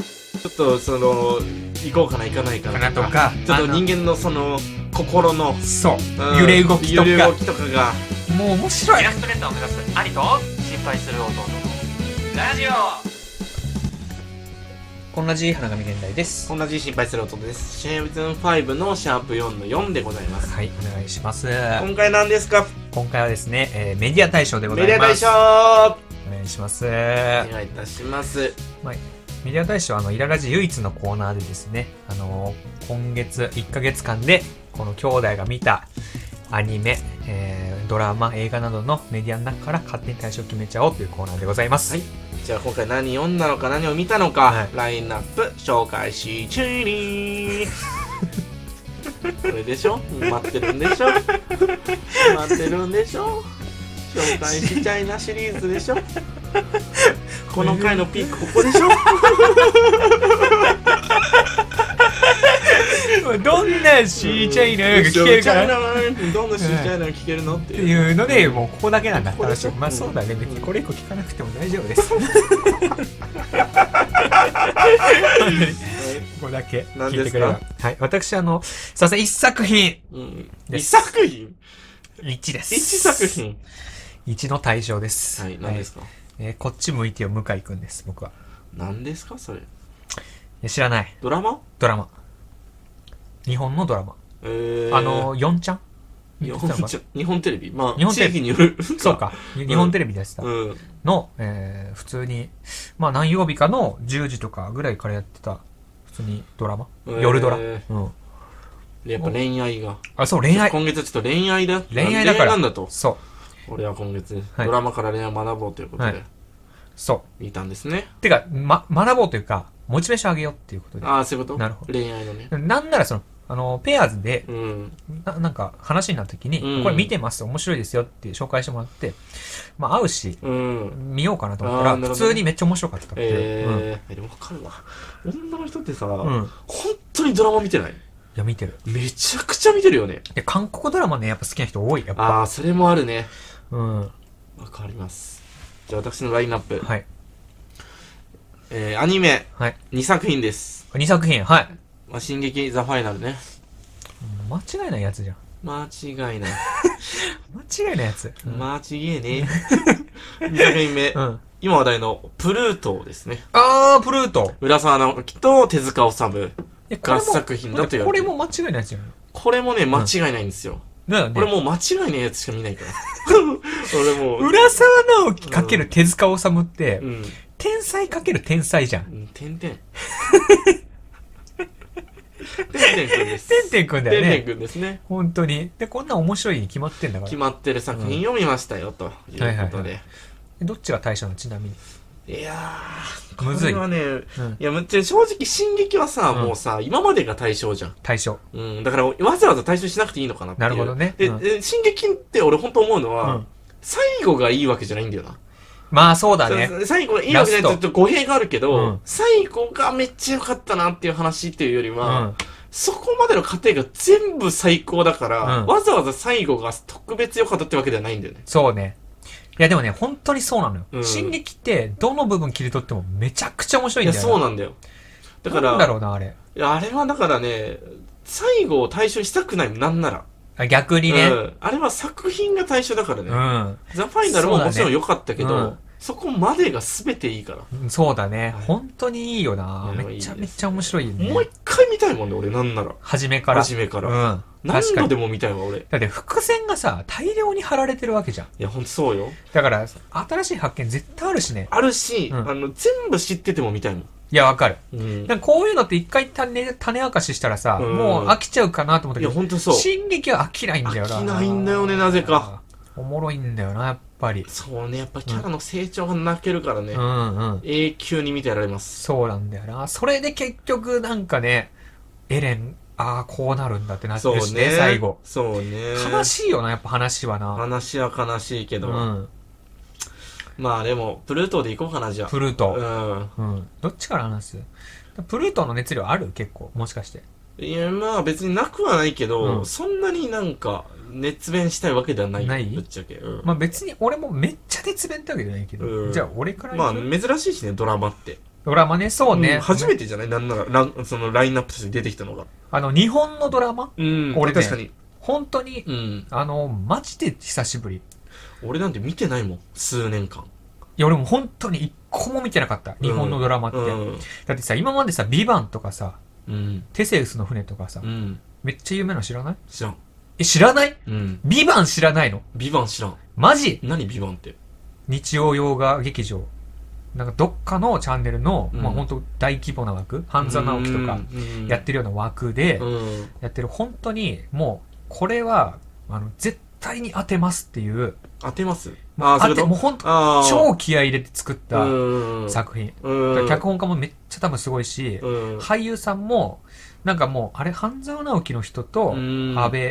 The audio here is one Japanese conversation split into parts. ょっとその行こうかな行かないかかななととか かちょっとあの人間のその心の、そう、うん揺れ動きと揺れ動かきとかがもう面白いイラストレーターを目指す兄と心配する弟のラジオこんなじい花神現代です同じ心配する音ですシェーブズン5のシャープ4の4でございますはいお願いします今回なんですか今回はですね、えーメディア大賞でござメディいアま大す賞お願いしますお願いいたしますメディア大賞はあのイララジ唯一のコーナーでですね、あの今月1ヶ月間でこの兄弟が見たアニメ、えードラマ、映画などのメディアの中から勝手に大賞を決めちゃおうというコーナーでございます。はいじゃあ今回何読んだのか何を見たのか、はいラインナップ紹介しチューリー これでしょ待ってるんでしょ待ってるんでしょ紹介しちゃいなシリーズでしょこの回のピークここでしょどんなシーチャイナが聞けるかなっなどんなシーチャイナが聞けるのってていういうので、もうここだけなんだここでし話ょはまあそうだね、別にこれ以降聞かなくても大丈夫です。ここだけ聞いてくれれ何。ばはい、私あの、さあさん一作品うんで一す作品1です。一作品一の対象です。はい何ですか、はいえーこっち向いてよ、向井くんです、僕は。何ですかそれいや知らない。ドラマドラマ。日本のドラマ。えー、あの、4ちゃん日見てたの本かちょ日本テレビま日あ本テ地レビ域による そうか。日本テレビでした。うんの、えー普通に、まあ何曜日かの10時とかぐらいからやってた、普通にドラマ。えー夜ドラ。うん。やっぱ恋愛があ、そう、恋愛。今月はちょっと恋愛だ恋愛だからなんだとそう。俺は今月、はいドラマから恋愛を学ぼうということはでいそ見たんですね、う。てか、ま、学ぼうというか、モチベーション上げようっていうことで。ああそういうことなるほど恋愛のねなんならその、あの、ペアーズで、うんななんか話になった時に、うんこれ見てます面白いですよって紹介してもらって、まあ合うし、うん見ようかなと思ったら、あーなるほ普どね通にめっちゃ面白かったので、えーでも分かるわ女の人ってさ、うん。うん。い本当にドラマ見てないや、見てる。めちゃくちゃ見てるよねで、韓国ドラマね、やっぱ好きな人多い、やっぱ。ああそれもあるねうん。わかりますじゃあ私のラインナップ、はい。えー、アニメはい。 2作品です2作品、はい。 「まあ、進撃ザ・ファイナルね間違いないやつじゃん。間違いない間違いないやつ。うん。間違え ねえ2作品目、うん、今話題のプルートですねあー、プルート。浦沢直樹と手塚治虫いや合作品だと言わこれれてるも間違いないやつじゃん。これもね間違いないんですよ、だよね。これもう間違いないやつしか見ない から俺もう浦沢直樹かける手塚治虫って、うん天才かける天才じゃん。うんて んてんてんてんくんですてんてんくんだよね。てんてんくんですね本当に。で、こんな面白いに決まってんだか決ら。まってる作品を見ましたよ、ということで、はいいはいはどっちが対象なのちなみに。やーむずいこれはね、うんいやむっちゃ正直「進撃」はさ、うんもうさ今までが対象じゃん対象。うん、だからわざわざ対処しなくていいのかなっていうなるほどねで、うんで進撃って俺本当思うのは、うん最後がいいわけじゃないんだよな。まあ、そうだね。そ最後がいいわけじゃないラとスちょっと語弊があるけど、うん最後がめっちゃ良かったなっていう話っていうよりうは、ん。そこまでの過程が全部最高だから、うんわざわざ最後が特別良かったってわけではないんだよね。そうね。いや、でもね、本当にそうなのよ。うん進撃って、どの部分切り取ってもめちゃくちゃ面白いいや、んだよ。そうななんだよ。だかだなんだら、ろうな、あれ。いやあれはだからね、最後を対象にしたくないなんなら。あ逆にねう。んあれは作品が対象だからね。うん。ザ・ファイナルももちろん良かったけど、そそ,、うだねうんこまでが全ていいから。そうだねはい。本当にいいよな。いやめちゃいいめでちゃ面白いよねもう。一回見たいもんね、俺なんなら。初めから。初めからうん。何確か度に。でも見たいわ、俺。いだって伏線がさ、大量に貼られてるわけじゃん。や、ほんとそうよ。だから、新しい発見絶対あるしね。あるし、うんあの、全部知ってても見たいもん。いや、わかる。うん。なんかこういうのって一回種、種明かししたらさ、うんもう飽きちゃうかなと思ったいけや、ど、ほんとそう。進撃は飽きないんだよな。飽きないんだよねなぜか。おもろいんだよな、やっぱり。そうね、やっぱキャラの成長が泣けるからね、うんうん。永久に見てられます。そうなんだよな。それで結局なんかね、エレン、ああ、こうなるんだってなってそうるねしね、。最後。。そうね。悲しいよな、やっぱ話はな。話は悲しいけうど。ん。まあでも、プルートで行こうかな、じゃあ。プルート。うん。うん。どっちから話すプルートの熱量ある結構。もしかして。いや、まあ別になくはないけど、うんそんなになんか、熱弁したいわけではない。ないぶっちゃけ。うんまあ別に俺もめっちゃ熱弁ってわけじゃないけど。うんじゃあ俺からまあ言う珍しいしね、ドラマって。ドラマね、そうね。ん初めてじゃないなんならラン、そのラインナップとして出てきたのが。あの、日本のドラマうん俺ね確かに。本当に、うん。あの、マジで久しぶり。い俺なんて見てないもん。数年間。や、俺も本当に一個も見てなかった。日本のドラマって。うん。だってさ、今までさ、ビバンとかさ、うん。テセウスの船とかさ、うん。めっちゃ有名なの知らない知らん。え、知らないうん。ビバン知らないのビバン知らん。マジ何ビバンって。日曜洋画劇場。なんかどっかのチャンネルの、うんまあ本当大規模な枠、半沢直樹とかうん、やってるような枠でう、ん。やってる本当にもう、これは、あの、絶対に当てますっていう、当てますまあーそういうこ当て、ともう本当あー超気合い入れて作ったうん作品。だかうらん。脚本家もめっちゃ多分すごいし、うん。俳優さんも、なんかもう、あれ、半沢直樹の人と、うん安倍、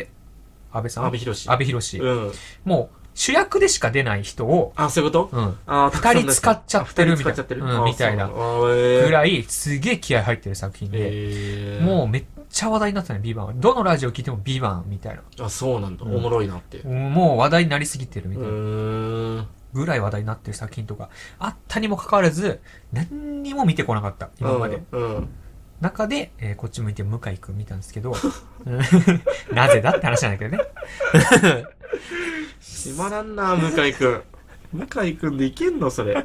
安倍さん安部寛。安倍博士、うん。もう、主役でしか出ない人を、あ、そういうことうん、あーたくさん二人使っちゃってるみたいあ二人使なっちゃってるうんあーみたいなそうのあーえーぐらい、すげえ気合入ってる作品で、えーもうめっちゃ話題になってたね、ビバンは。どのラジオ聞いてもビバンみたいな。あ、そうなんだ。うんおもろいなって。うもう話題になりすぎてるみたいな。ーん。ぐらい話題になってる作品とか、あったにもかかわらず、何にも見てこなかった、今まで。うん。中で、えーこっち向いて向井くん見たんですけど、うんなぜだって話な んだけどね。まらんな、向井 くん。向井くんでいけんのそ れ。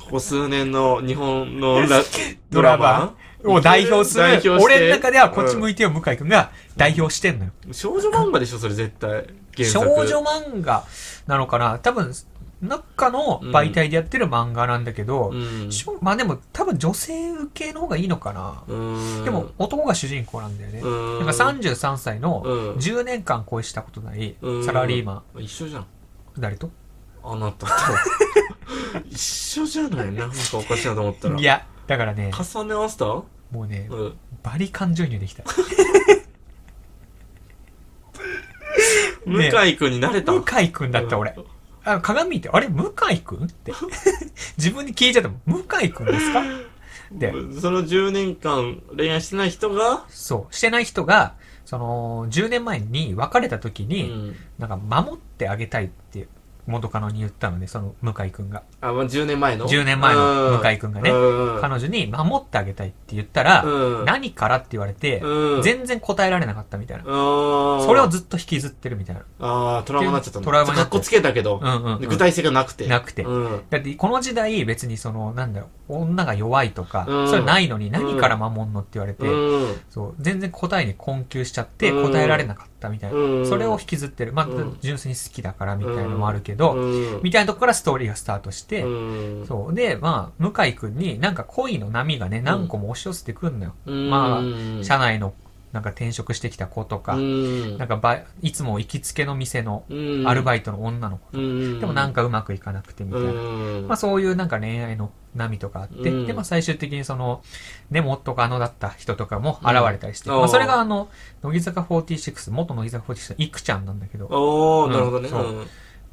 ここ数年の日本の ラドラマを代表する代表して俺の中ではこっち向いてよ向井くんが代表してんのよ。少女漫画でしょ、それ絶対。原少作女漫画なのかな多分、中の媒体でやってる漫画なんだけど、うん。しょまあでも多分女性受けの方がいいのかな。うーんでも、男が主人公なんだよね。うーん。なんか33歳のうん10年間恋したことないうんサラリーマ一緒じゃん。ン、誰とあなたと。一緒じゃないなんかおかしいなと思ったら。いや、だからね、重ね合わせたうもうね、ん。バリ感情移入できた。向ね井くんになれた。向井くんだった俺。あの鏡見て、あれ向井くんって。 自分に聞いちゃったもん。向井くんですかでその10年間恋愛してない人が、そう。してない人が、その、10年前に別れた時うに、んなんか守ってあげたいって元カノに言ったのね、その向井くんが。あ、まあ、10年前の10年前の向井くんがねうん彼女に守ってあげたいって言ったら、うん何からって言われて、うん全然答えられなかったみたいな。そそれをずっと引きずってるみたいな。ああ、トラウマになっちゃったのトラウマになっかっこつけたけど、うんうん、うん。具体性がなくて。なくてうん。だってこの時代別にそのなんだろう女が弱いとか、うんそれないのに何から守んのって言われて、うん。そう全然答えに困窮しちゃってうん答えられなかったみたいな、うんそれを引きずってるまあ、うん純粋に好きだからみたいなのもあるけど、うんみたいなとこからストーリーがスタートして、うんそうでまあ向井君になんか恋の波がね何個も押し寄せてくんのよ、うんまあうん社内のなんか転職してきた子とか、うんなんかばいつも行きつけの店のうんアルバイトの女の子、うんでもなんかうまくいかなくてみたいな、うんまあそういうなんか恋愛の波とかあって、うんで、まあ最終的にその、ね、元カノだった人とかも現れたりして、うんまあそれがあの、乃木坂46、元乃木坂46のいくちゃんなんだけど、おー、なるほどね。うんそう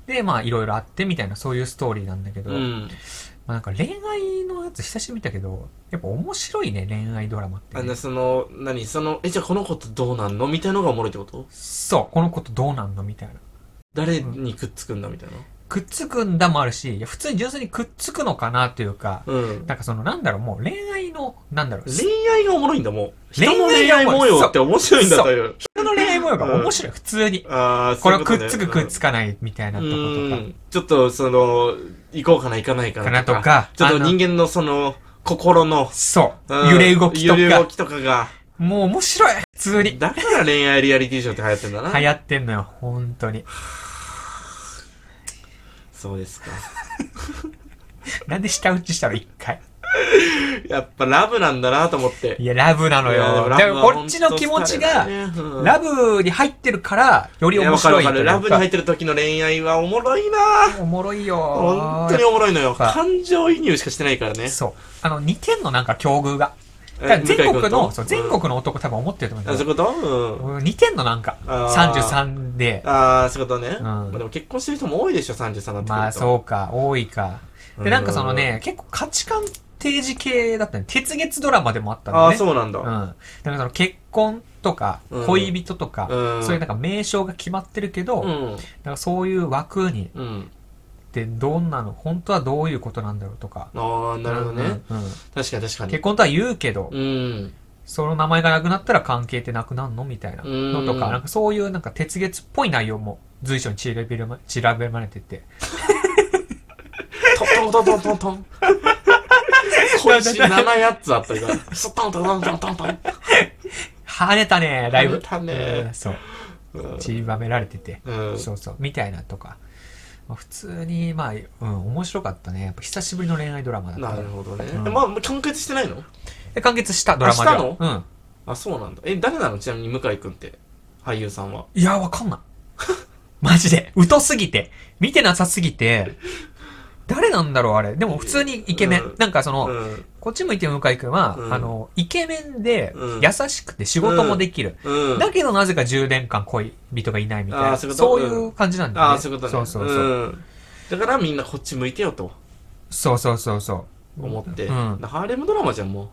で、まあいろいろあってみたいなそういうストーリーなんだけど、うまん。あなんか恋愛のやつ久しぶりだけど、やっぱ面白いね、恋愛ドラマってあね、の、その、何その、え、じゃあこの子とどうなんのみたいのがおもろいってことそう、この子とどうなんのみたいな。誰にくっつくんだみたいな。くっつくんだもあるし、いや普通に純粋にくっつくのかなというか、うん。なんかそのなんだろう、もう恋愛の、なんだろう、恋愛がおもろいんだ、もう。人恋愛の恋愛模様って面白いんだという。人の恋愛模様が面白い、普通に。ああ、これそうはいうくとっねつくくっつかないみたいなとこうとんちょっとその、行こうかな行かないかか。かななととか。か、ちょっあとの人間のその、心の、そうう、ん揺れ動きと揺れ動か、きとかが。もう面白い、普通に。だから恋愛リアリティショーって流行ってんだ流な。行ってんのよ、本当に。そうですか。なんで下打ちしたの、一回。やっぱラブなんだなと思って。いや、ラブなのいやでよ。もラだかブらはこっちの気持ちが、ラブに入ってるから、よブり面白いわかるわかる。ラブに入ってる時の恋愛はおもろいなおもろいよ。本当におもろいのよ。やっぱ感情移入しかしてないからね。そう。あの、似てんの、なんか境遇が。だから全向井国君との、そう全国の男多分思ってると思ううんんだあ、そうけいうことうん。ど、似てんの、なんか。あー33で。ああ、そういうことね。んまあでも結婚してる人も多いでしょ、33になってくると。まあそうか、多いか。うで、んなんかそのね、結構価値観提示系だったね。鉄月ドラマでもあったんだね。ああ、そうなんだ。うん。なんかその結婚とかうん、恋人とか、うんそういうなんか名称が決まってるけど、うん。なんかそういう枠にうん。ってどんなの本当はどういうことなんだろうとかああ、なるほどね。うんうん確かに確か結に。婚とは言うけど、うん。その名前がなくなったら関係ってなくなるのみたいなのとうか、んなんかそういうなんか鉄月っぽい内容も随所に散らべるま散らべられてて。トントントントントン。こいつ7やつあったから。ストントントントントン跳ねたね、だいぶ。跳ねたねうんそう。トン。散りばめられてて。うん。そうそう。みたいなとか。まあ普通に、まあ、うん、面白かったね。やっぱ久しぶりの恋愛ドラマだったなからるほどね。うんまあ、もう完結してないのえ完結したドラマでは。あしうん。あ、そうなんだ。え、誰なのちなみに向井くんって。俳優さんは。いや、わかんない。マジで。疎すぎて。見てなさすぎて。誰なんだろう、あれ。でも普通にイケメン。うんなんかその、うん。こっち向いて向井くんは、うんあの、イケメンでうん、優しくて仕事もできる。うん。だけどなぜか10年間恋人がいないみたいあな。ーそういうことそういう感じなんだよね。ああ、そういうことね。そうそうそう。んだからみんなこっち向いてよとそうそうそうそう。思って。うん。ハーレムドラマじゃん、も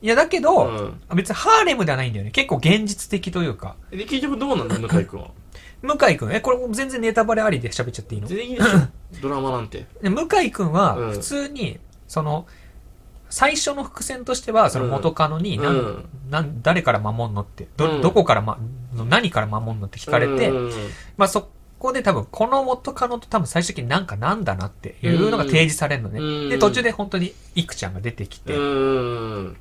いや、だけう。ど、うん。別にハーレムではないんだよね。結構現実的というか。で、結局どうなんだ、向井くんは。向井くん、え、これ全然ネタバレありで喋っちゃっていいの全然いいでしょ。ドラマなんて。で向井くんはうん普通に、その最初の伏線としてはその元カノにうなん、ん。なん誰から守んのってど,、うんどこから、ま、の何から守んのって聞かれて、うんまあ、そこで多分この元カノと多分最終的になんかなんだなっていうのが提示されるのね、うんで途中で本当にいくちゃんが出てきて、うん。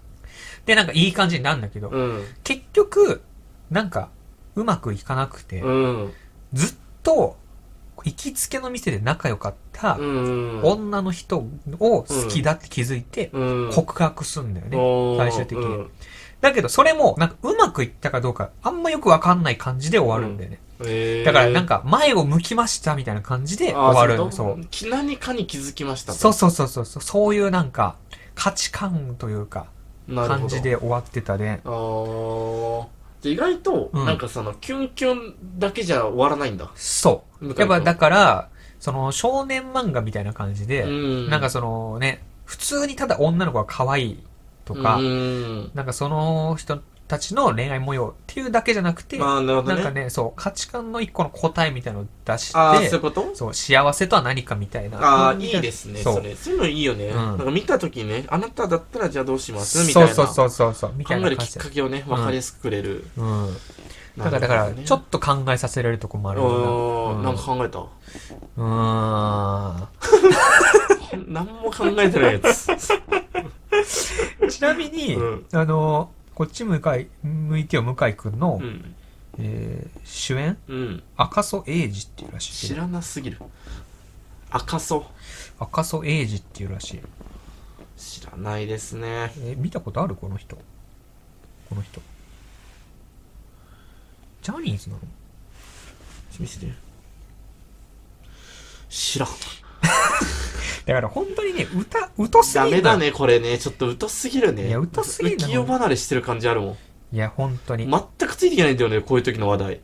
でなんかいい感じになるんだけど、うん。結局なんかうまくいかなくて、うん。ずっと行きつけの店で仲良かったうん。女の人を好きだって気づいて、うん。告白すんだよね。おー最終的にうんだけど、それも、なんか、うまくいったかどうか、あんまよくわかんない感じで終わるんだよね。えーだから、なんか、前を向きましたみたいな感じで終わるあーの。そそういううことき何かに気づきましたとそうそうそうそう。そういうなんか、価値観というか、なるほど感じで終わってたね。あーじゃあ意外と、うんなんかそのキュンキュンだけじゃ終わらないんだそ向井う。君やっぱ、だから、その、少年漫画みたいな感じうで、んなんかそのね、普通にただ女の子が可愛いとかう、んなんかその人たちの恋愛模様っていうだけじゃなくて、まあなるほどなんねかね、そう、価値観の一個の答えみたいなのを出して、ああそういうことそう、幸せとは何かみたいな。ああうんいいですねそうそれそういうのいいよね、うんなんか見た時にねあなただったらじゃあどうしますみたいそなうそうそうそうそう、み考たいえなる感きっじでか。けをねん分かりやすくくれる、うん。だかなら、るだほかどら、ねちょっと考えさせられるとこもあるよおーな。なんか考えたうん。う何も考えてないやつーん。ちなみに、うんあの、こっち向かい、向いてよ向井くんの、うんえー主演、うん赤楚衛二っていうらしい知けど。らなすぎる赤そう赤楚衛二っていうらしい。知らないですねえー見たことあるこの人。この人。ジャニーズなの見せて知らんだから本当にね、歌、歌すぎダるメだねこれねちょっと疎すぎるねいや疎すぎるな浮世離れしてる感じあるもんいや、本当に。い全くついていけないんだよねこういう時の話題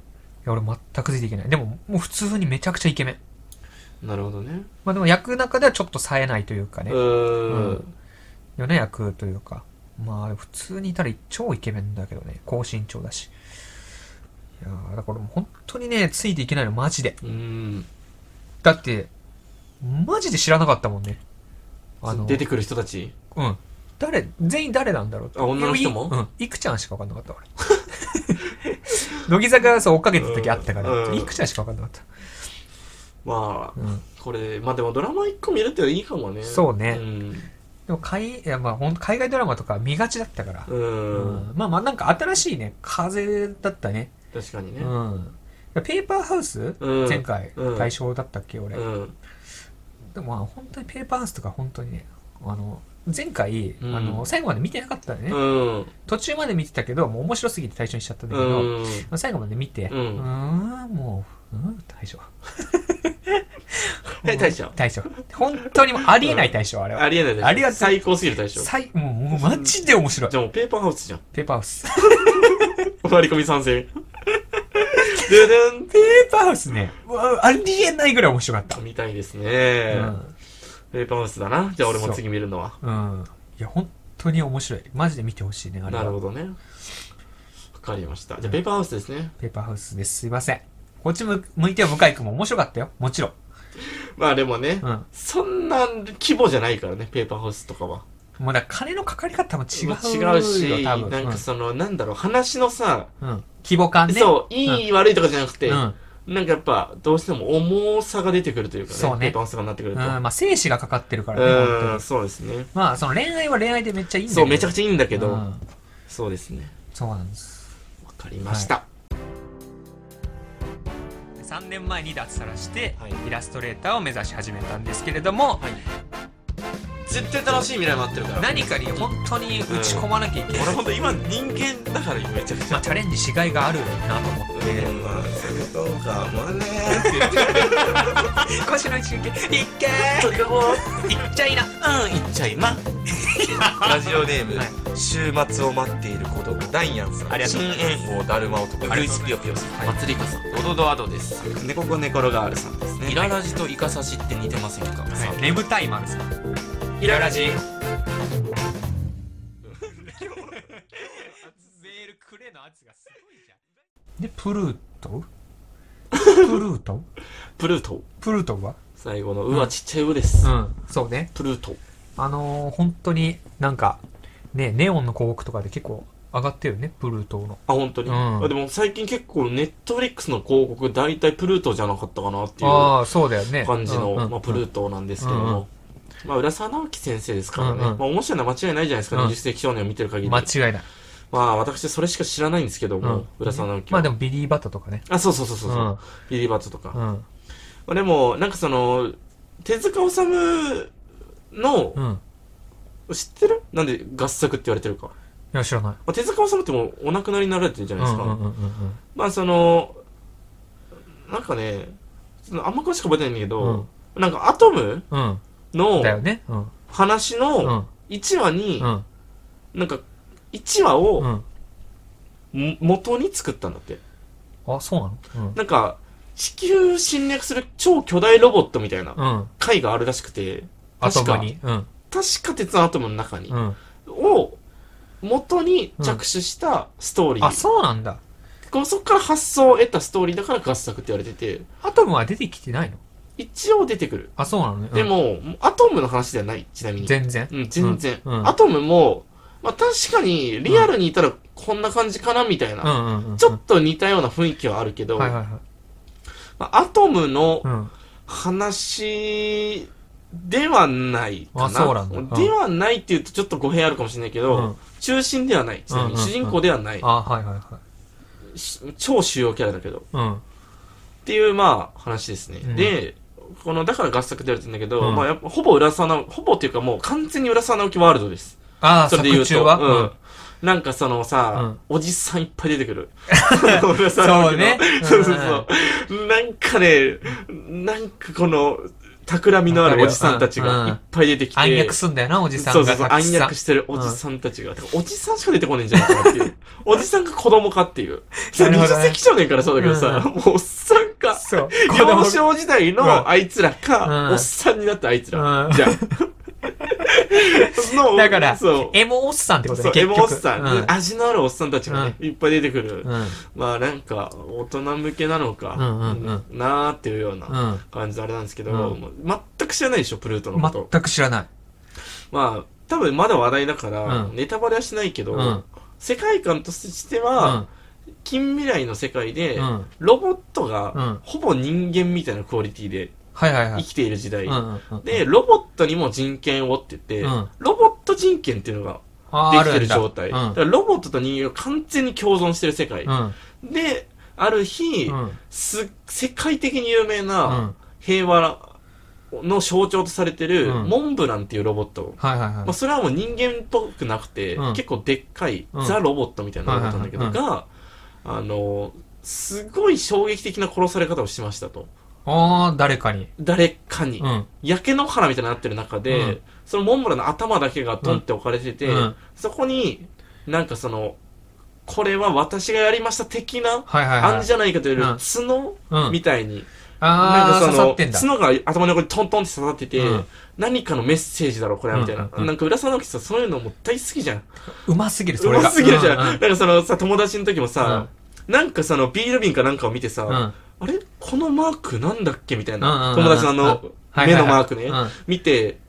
や、俺全くついていけない。でも、もう普通にめちゃくちゃイケメン。なるほどねまあでも役の中ではちょっと冴えないというかうね。ーうんよね、役というか。まあ、普通にいたら超イケメンだけどね。高身長だし。いやーだからもう本当にね、ついていけないの、マジで。うーんだって、マジで知らなかったもんね。出てくる人たちうん。誰、全員誰なんだろうってあ女の人もいうん。いくちゃんしか分かんなかった、俺。 乃木坂がそう追っかけてた時あったから、うんいくちゃんしか分かんなかっまた。うん。あこれまあでもドラマ1個見るっていいかもねそうねんでも海、いやまあ、ほんと海外ドラマとか見がちだったから。ううんんまあまあ、なんか新しいね、風だったね。確かにうねん。ペーパーハウス、うん前回うん対象だったっけ、俺。うんでもまあ、本当にペーパーハウスとか本当にね、あの、前回、うんあの、最後まで見てなかったよね。うん途中まで見てたけど、もう面白すぎて対象にしちゃったんだけうど、んまあ最後まで見て、う、うんんーん、もう、うーん、大将。え大将大将。本当にもうありえない大将、あれは。ありえないでしょありがとう最高すぎる大将じ最、もう、もうマジで面白い。ゃあもうペーパーハウスじゃん ペーパーハウス。割り込み参 戦。ででんペーパーハウスね、うわありえないぐらい面白かった。みたいですうね。ん。ペーパーハウスだな。じゃあ俺も次見るのは。うん。いや、本当に面白い。マジで見てほしいね、あれなるは。ほどね。わかりました。じゃあペーパーハウスですね。ペーパーハウスです。すいません。こっち向向いては向井くんも面白かったよ。もちろん。まあでもね、うん。そんな規模じゃないからね、ペーパーホースとかは。もうだから金のかかり方も違うよ。違うし、多な分んかその、なんだろう、話のさ、うん。うん規模感ね。そう、いい、悪いとかじゃなくて、うん。なんかやっぱ、どうしても重さが出てくるというかね、そうねペーパーホースとかになってくうるん。と。まあ、生死がかかってるからね、本当うにん、そうですね。まあ、その恋愛は恋愛でめっちゃいいんだけそど。う、めちゃくちちゃいいんだゃけど、そうですね。そうなんです。わかりました。 3年前に脱サラして、はいイラストレーターを目指し始めたんですけれども、絶対楽しい未来待ってるか何かに本当に打ち込まなきゃいけない。んと今人間だからめちゃくちまあ、チャレンジしがいがあるなと思って。まあ、そういうことかもね今週の一撃、いっけーいっちゃいな。うん、いっちゃいまラジオネーム、はい週末を待っている孤独ダイアンさんありがとうございます新猿王だるま男ありルイがとうスござピいヨますピヨさんまつりかさんドドドアドです猫子猫ロガールさんですねイララジとイカサシって似てませんか、さねぶたいマンさん。イララジメールくれの圧がすごいじゃん。で、プルー トプルートプルートプルートは最後の「う」はちっちゃい「う」です、ん。そうね。プルートあのー、本当になんか、ね、ネオンの広告とかで結構上がってるね、プルートの。あ本当に、うんあでも最近結構ネットフリックスの広告大体プルートじゃなかったかなっていうああ、そうだよね。感じの、うんうんまあ、プルートなんですけども、まあ、浦沢直樹先生ですからね。うんうんまあ、面白いのは間違いないじゃないですか、うん20世紀少年を見てる限り。間違いない。まあ、私、それしか知らないんですけども、うん浦沢直樹まは。あでもビリーバッタとかね。あ、そうそうそうそうそう、うんビリーバットとか。うまん。あ、でも、なんかその、手塚治虫のう、ん。知ってるなんで合作って言われてるか。いや、知らない。まあ、手塚治虫ってもうお亡くなりになられてるじゃうないですんか。うんうんうんまあその、なんかね、そのあんま詳しく覚えてないんだけど、なんかアトムうん。うん。のだよね。うん。話うん。うのん。 1話にう、ん。なんか1話をうん。も元に作ったんだって。あ、そうなのなんか、地球侵略する超巨大ロボットみたいなうん。うん。回があるらしくて、アト確かムに。うん。確か鉄のアトムの中にう、ん。を元に着手したストーリー。あ、そうなんだ。こうそこから発想を得たストーリーだから合作って言われてて、アトムは出てきてないの一応出てくる。あ、そうなのね。うんで、も、アトムの話ではない、ちなみに。全然。うん、全然。うんうんアトムも、まあ確かにリアルにいたらこんな感じかなみたいうな、んうんうん。ちょっと似たような雰囲気はあるけど、はいはいはい。まあアトムのうん。話ではないかな。あそうなんだうんではないっていうとちょっと語弊あるかもしれないけど、うん中心ではない。ちなみにうんうんうん主人公ではない、あ、はいはいはい。し超主要キャラだけど。うん。っていう、まあ、話ですね。うんで、この、だから合作でやるんだけど、うんまあ、やっぱ、ほぼ浦沢直、ほぼっていうかもう完全に浦沢直樹ワールドです。ああ、それで言う作と。中はうん。なんかそのさ、おじさんいっぱい出てく る。浦沢直樹のそうねそうそうそう。なんかね、なんかこの、企みのあるおじさんたちわかがるいよっぱい出てきて。暗躍すんだよな、おじさんそうそがうそう、たくさん。暗躍してるおじさんたちが。てかおじさんしか出てこねえんじゃないかなって いう。おじさんが子供かっていう。なるほ二ど十ね世紀少年からそうだけどさ、もうおっさんか。そう。幼少時代のあいつらか、うんおっさんになったあいつら、うんじゃ あのだからそうエモおっさんってことそね、う結エ局。モおっさん、うん味のあるおっさんたちがね、いっぱい出てくる、うん。まあなんか大人向けなのか、うんうんなーっていうようなうん。感じであれなんですけど、うんもう全く知らないでしょプルートのこと、全く知らない。まあ多分まだ話題だから、うんネタバレはしないけど、うん世界観としてうは、ん。近未来の世界で、うん。ロボットうがんほぼ人間みたいなクオリティではいはいは生い。きている時代、うんうんうん、で、ロボットにも人権をって言って、うんロボット人権っていうのあーができてる状態。あるだんかだらロボットと人間が完全に共存してる世界。うん。で、ある日、うん。うん。す世界的に有名うなん平和の象徴とされてる、うんモンブランっていうロボット。はいはいまあ、はそれはもう人間っぽくなくて、うん結構でっかい、うんザ・ロボットみたいなロボットなんだけど、はいはが、あの、すごい衝撃的な殺され方をしましたと。い。ああ、誰かに。誰かに。うん。焼け野原みたいになってる中で、うんそのモンブランの頭だけがドンって置かれてて、うんそこになんかそのこれは私がやりました的なはいはいはい。あんじゃないかというよりうん角、うんみたいにあなんかあ、刺そさのってんだ。角が頭の横にトントンって刺さってて、うん何かのメッセージだろこれはみたいな、うんうんうんなんか浦沢直樹さんそういうのもう大好きじゃんうますぎる、そうれが。ますぎるじゃん、うんうなんんかそのさ友達の時もさ、なんかそのビール瓶かなんかを見てさ、うん。あれこのマークなんだっけみたいな、うんうんうん友達のあの、はい目はいはいのマークね、うん見て、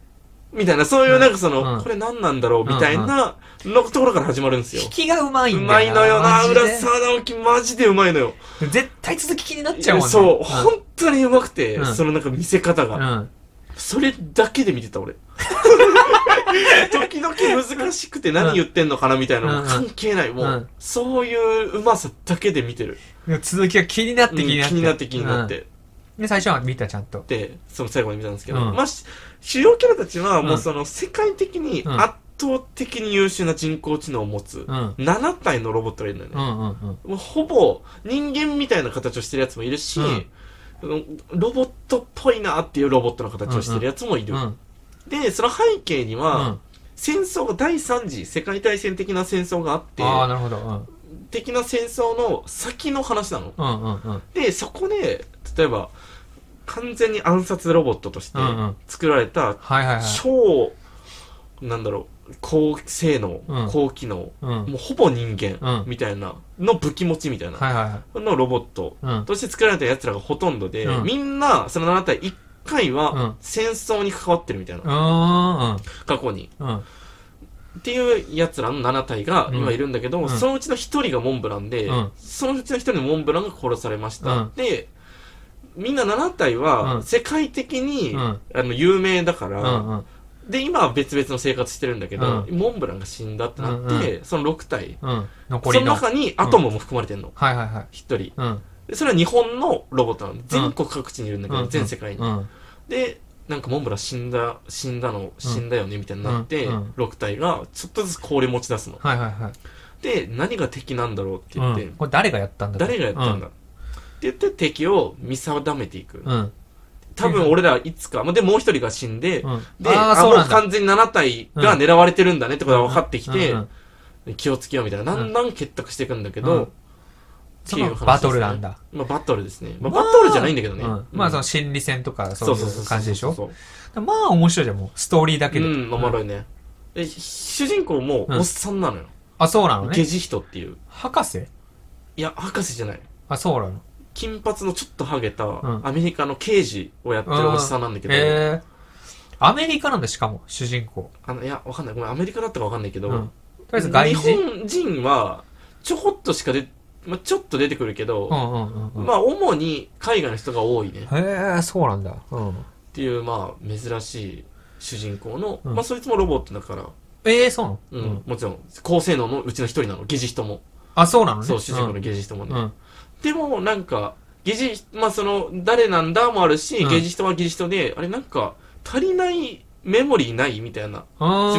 みたいな、そういうなんかその、うんこれ何なんだろうみたいな、のところから始まるんですよ引。きがうまいうんだまいのよな、マジで浦沢直樹マジでうまいのよ。絶対続き気になっちゃうもんねそう、ん本当にうまくて、うんそのなんか見せ方が。うんそれだけで見てた 俺時々難しくて何言ってんのかなみたいなのも関係ない、もう、うんそういううまさだけで見てる、でも続きが気になってうん気になって、気になって気になって、うんで最初は見たちゃんとでその最後に見たんですけど、うんまあし主要キャラたちはんもうその世界的にうん圧倒的に優秀な人工知能を持つ、うん7体のロボットがいるんだようね、んうんうんもうほぼ人間みたいな形をしてるやつもいるし、うんロボットっぽいなっていうロボットの形をしてるやつもいる、うんでその背景にうは、ん戦争が第3次世界大戦的な戦争があってああなるほどうん的な戦争の先の話なの。うんうんうんでそこで例えば完全に暗殺ロボットとしてうんうん作られたはいはいはい超、なんだろう高性能、うん高機能うんはいもうほぼ人間うんみたいなの武器持ちみたいな、はいはのロボットいうんとして作られたやつらがほとんどで、うんみんなその7体1回うはん戦争に関わってるみたいな、うーん過去に。うんうんっていうやつらの7体が今いるんだけど、うんそのうちの1人がモンブランで、うんそのうちの1人のモンブランが殺されました、うんでみんな7体うはん世界的に、うんあの有名だかうら、んうんで今は別々の生活してるんだけど、モンブランが死んだってなって、その6体うん残そのりのはい中にアトムも含まれてんの、はいはい一1人うんでそれは日本のロボットなの全国各地にいるんだけど、うん全世界に、うんでなんかモンブラン死んだ死んだの死んだよねみたいになって、うんうん6体がちょっとずつ氷持ち出すのはいはいはいで何が敵なんだろうって言って、うんこれ誰がやったんだ誰がやったんだ、って言って敵を見定めていく、うんうん多分俺らいつか、まあ、でもう一人が死んで、うんであああそうもなうんだ完全に7体が狙われてるんだねってことが分かってきて、うんうん気をつけようみたいなだんだん結託していくんだけうんど、そのバトルなんだまあ、バトルですね、まあ、バトルじゃないんだけどね、うんまあその心理戦とかそういう感じでしょそうそうまあ面白いじゃんもうストーリーだそうけでうんおもろいね、え主人公もうんおっさんなのよ、あそうなのゲねジ人っていう博士いや博士じゃないあそうなの金髪のちょっとハゲたんアメリカの刑事をやってるおじさんなんだけど、ええアメリカなんだしかも主人公あのいやわかんないごめんアメリカだったかわかんないけど、うんとりあえず外日人本人はちょこっとしかで、まあ、ちょっと出てくるけど、うんうんうんうんまあ主に海外の人が多いねっへえそうなんだうんていうまあ珍しい主人公の、うんまあそいつもロボットだから、ええそうなのうんもちろん高性能のうちの一人なのゲジ人も、あそうなのねそう主人公のゲジ人もね、うんうんでもなんかゲジまあその誰なんだもあるし、うんゲジ人はゲジ人であれなんか足りないメモリーないみたいな自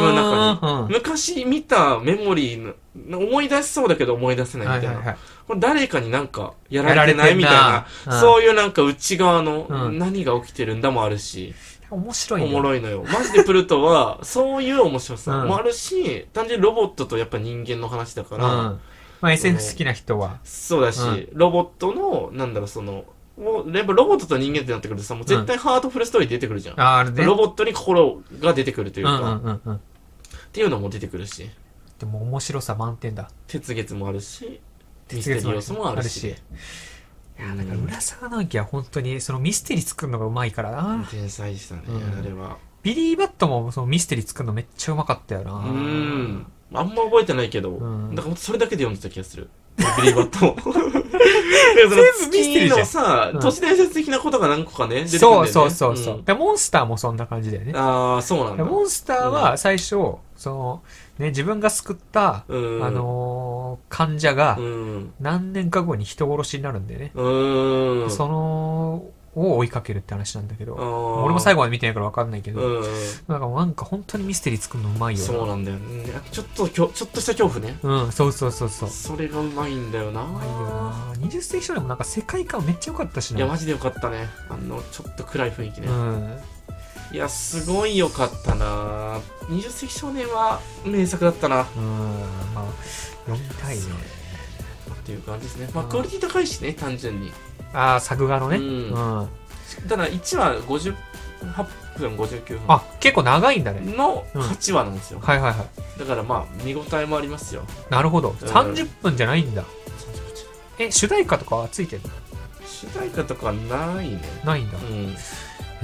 自分の中昔見たメモリーの思い出しそうだけど思い出せうなんいはみたいはいいな。はいこれ誰かになんかやられてないみたいな。うんそういうなんか内側のうん何が起きてるんだもあるし、面白いおねもろいのよ。マジでプルトは、 そういう面白さうんもあるし、単純にロボットとやっぱ人間の話だかうんら、まあ SF 好きな人はそうだしうん、ロボットの、なんだろう、その、もうやっぱロボットと人間ってなってくるとさ、もう絶対ハートフルストーリー出てくるじゃん。ああるねロボットに心が出てくるといううんうか、んうんうんっていうのも出てくるし、でも面白さ満点だ鉄月もあるし、ミミステリー要素もあるし。いやだから浦沢直樹は本当にそのミステリー作るのがうまいからな天才でしたね、うんあれは。ビリー・バットもそのミステリー作るのめっちゃうまかったよなうーん。あんま覚えてないけど、うんだからそれだけで読んでた気がす る。ビリーバットも。全全部ミステリーじゃんのさ、うん都市伝説的なことが何個かね、出てくるんだよそうね。そうそうそう、んでモンスターもそんな感じだよねああ、そうなんだ。モンスターは最初、そのね自分が救った、うんあのー患者がうん。何年か後に人殺しになるんだよね、うーん。そのを追いかけるって話なんだけど俺俺も最後。後まで見てないから分かんないけど、うん。なんかなんか本当にミステリー作るのうまいよなそうなんだよね。ちょっときょ、ちょっとした恐怖ね。うん、そうそうそうそう。それがうまいんだよな。うまいよな。20世紀少年もなんか世界観めっちゃ良かったしいな。や、マジでよかったね。あの、ちょっと暗い雰囲気ね。うん。いや、すごいよかったな。20世紀少年は名作だったな。うん。まあ、読みたいね。っていう感じですね。まあ、うんクオリティ高いしね、単純に。ああ、作画のね。ううんん。ただ、1話58分、59分あ、結構長いんだね。のうん8話なんですよ。はいはいはい。だからまあ、見応えもありますよ。なるほど。うん30分じゃないんだ。え、主題歌とかはついてるの主題歌とかないね。ないんだう。ん。い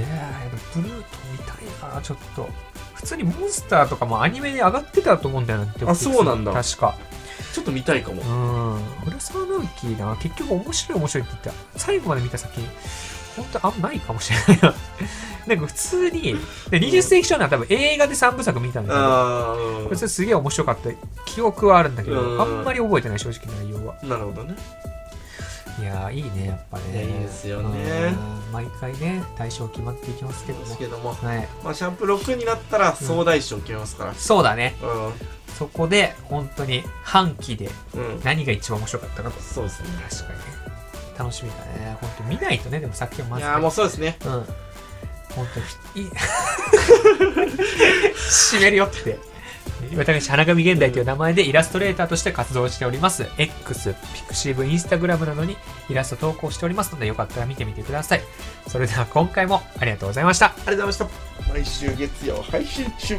やーやっぱブルート見たいなちょっと普通にモンスターとかもアニメで上がってたと思うんだよなあそうなんだ確かちょっと見たいかもうん浦沢直樹な結局面白い面白いって言って最後まで見た先本当あんまないかもしれない ななんか普通にで20世紀少年は多分映画で3部作見たんだけどあ普通すげえ面白かった記憶はあるんだけうどんあんまり覚えてない正直内容はあなるほどねいやーいいねやっぱいやねいいですよねうん毎回ね対象決まっていきますけどでもすけども、はいまあ、シャープ6になったら総大賞決めますからそうだねうそこで本当に半期でんうん何が一番面白かったかとそうですね確かにね楽しみだね本当見ないとねでも作品をまいずやーもうそうですねうん。本当に、い 締めるよって。私、花神現代という名前でイラストレーターとして活動しております。X、Pixiv、Instagram などにイラスト投稿しておりますので、よかったら見てみてください。それでは今回もありがとうございました。ありがとうございました毎週月曜配信中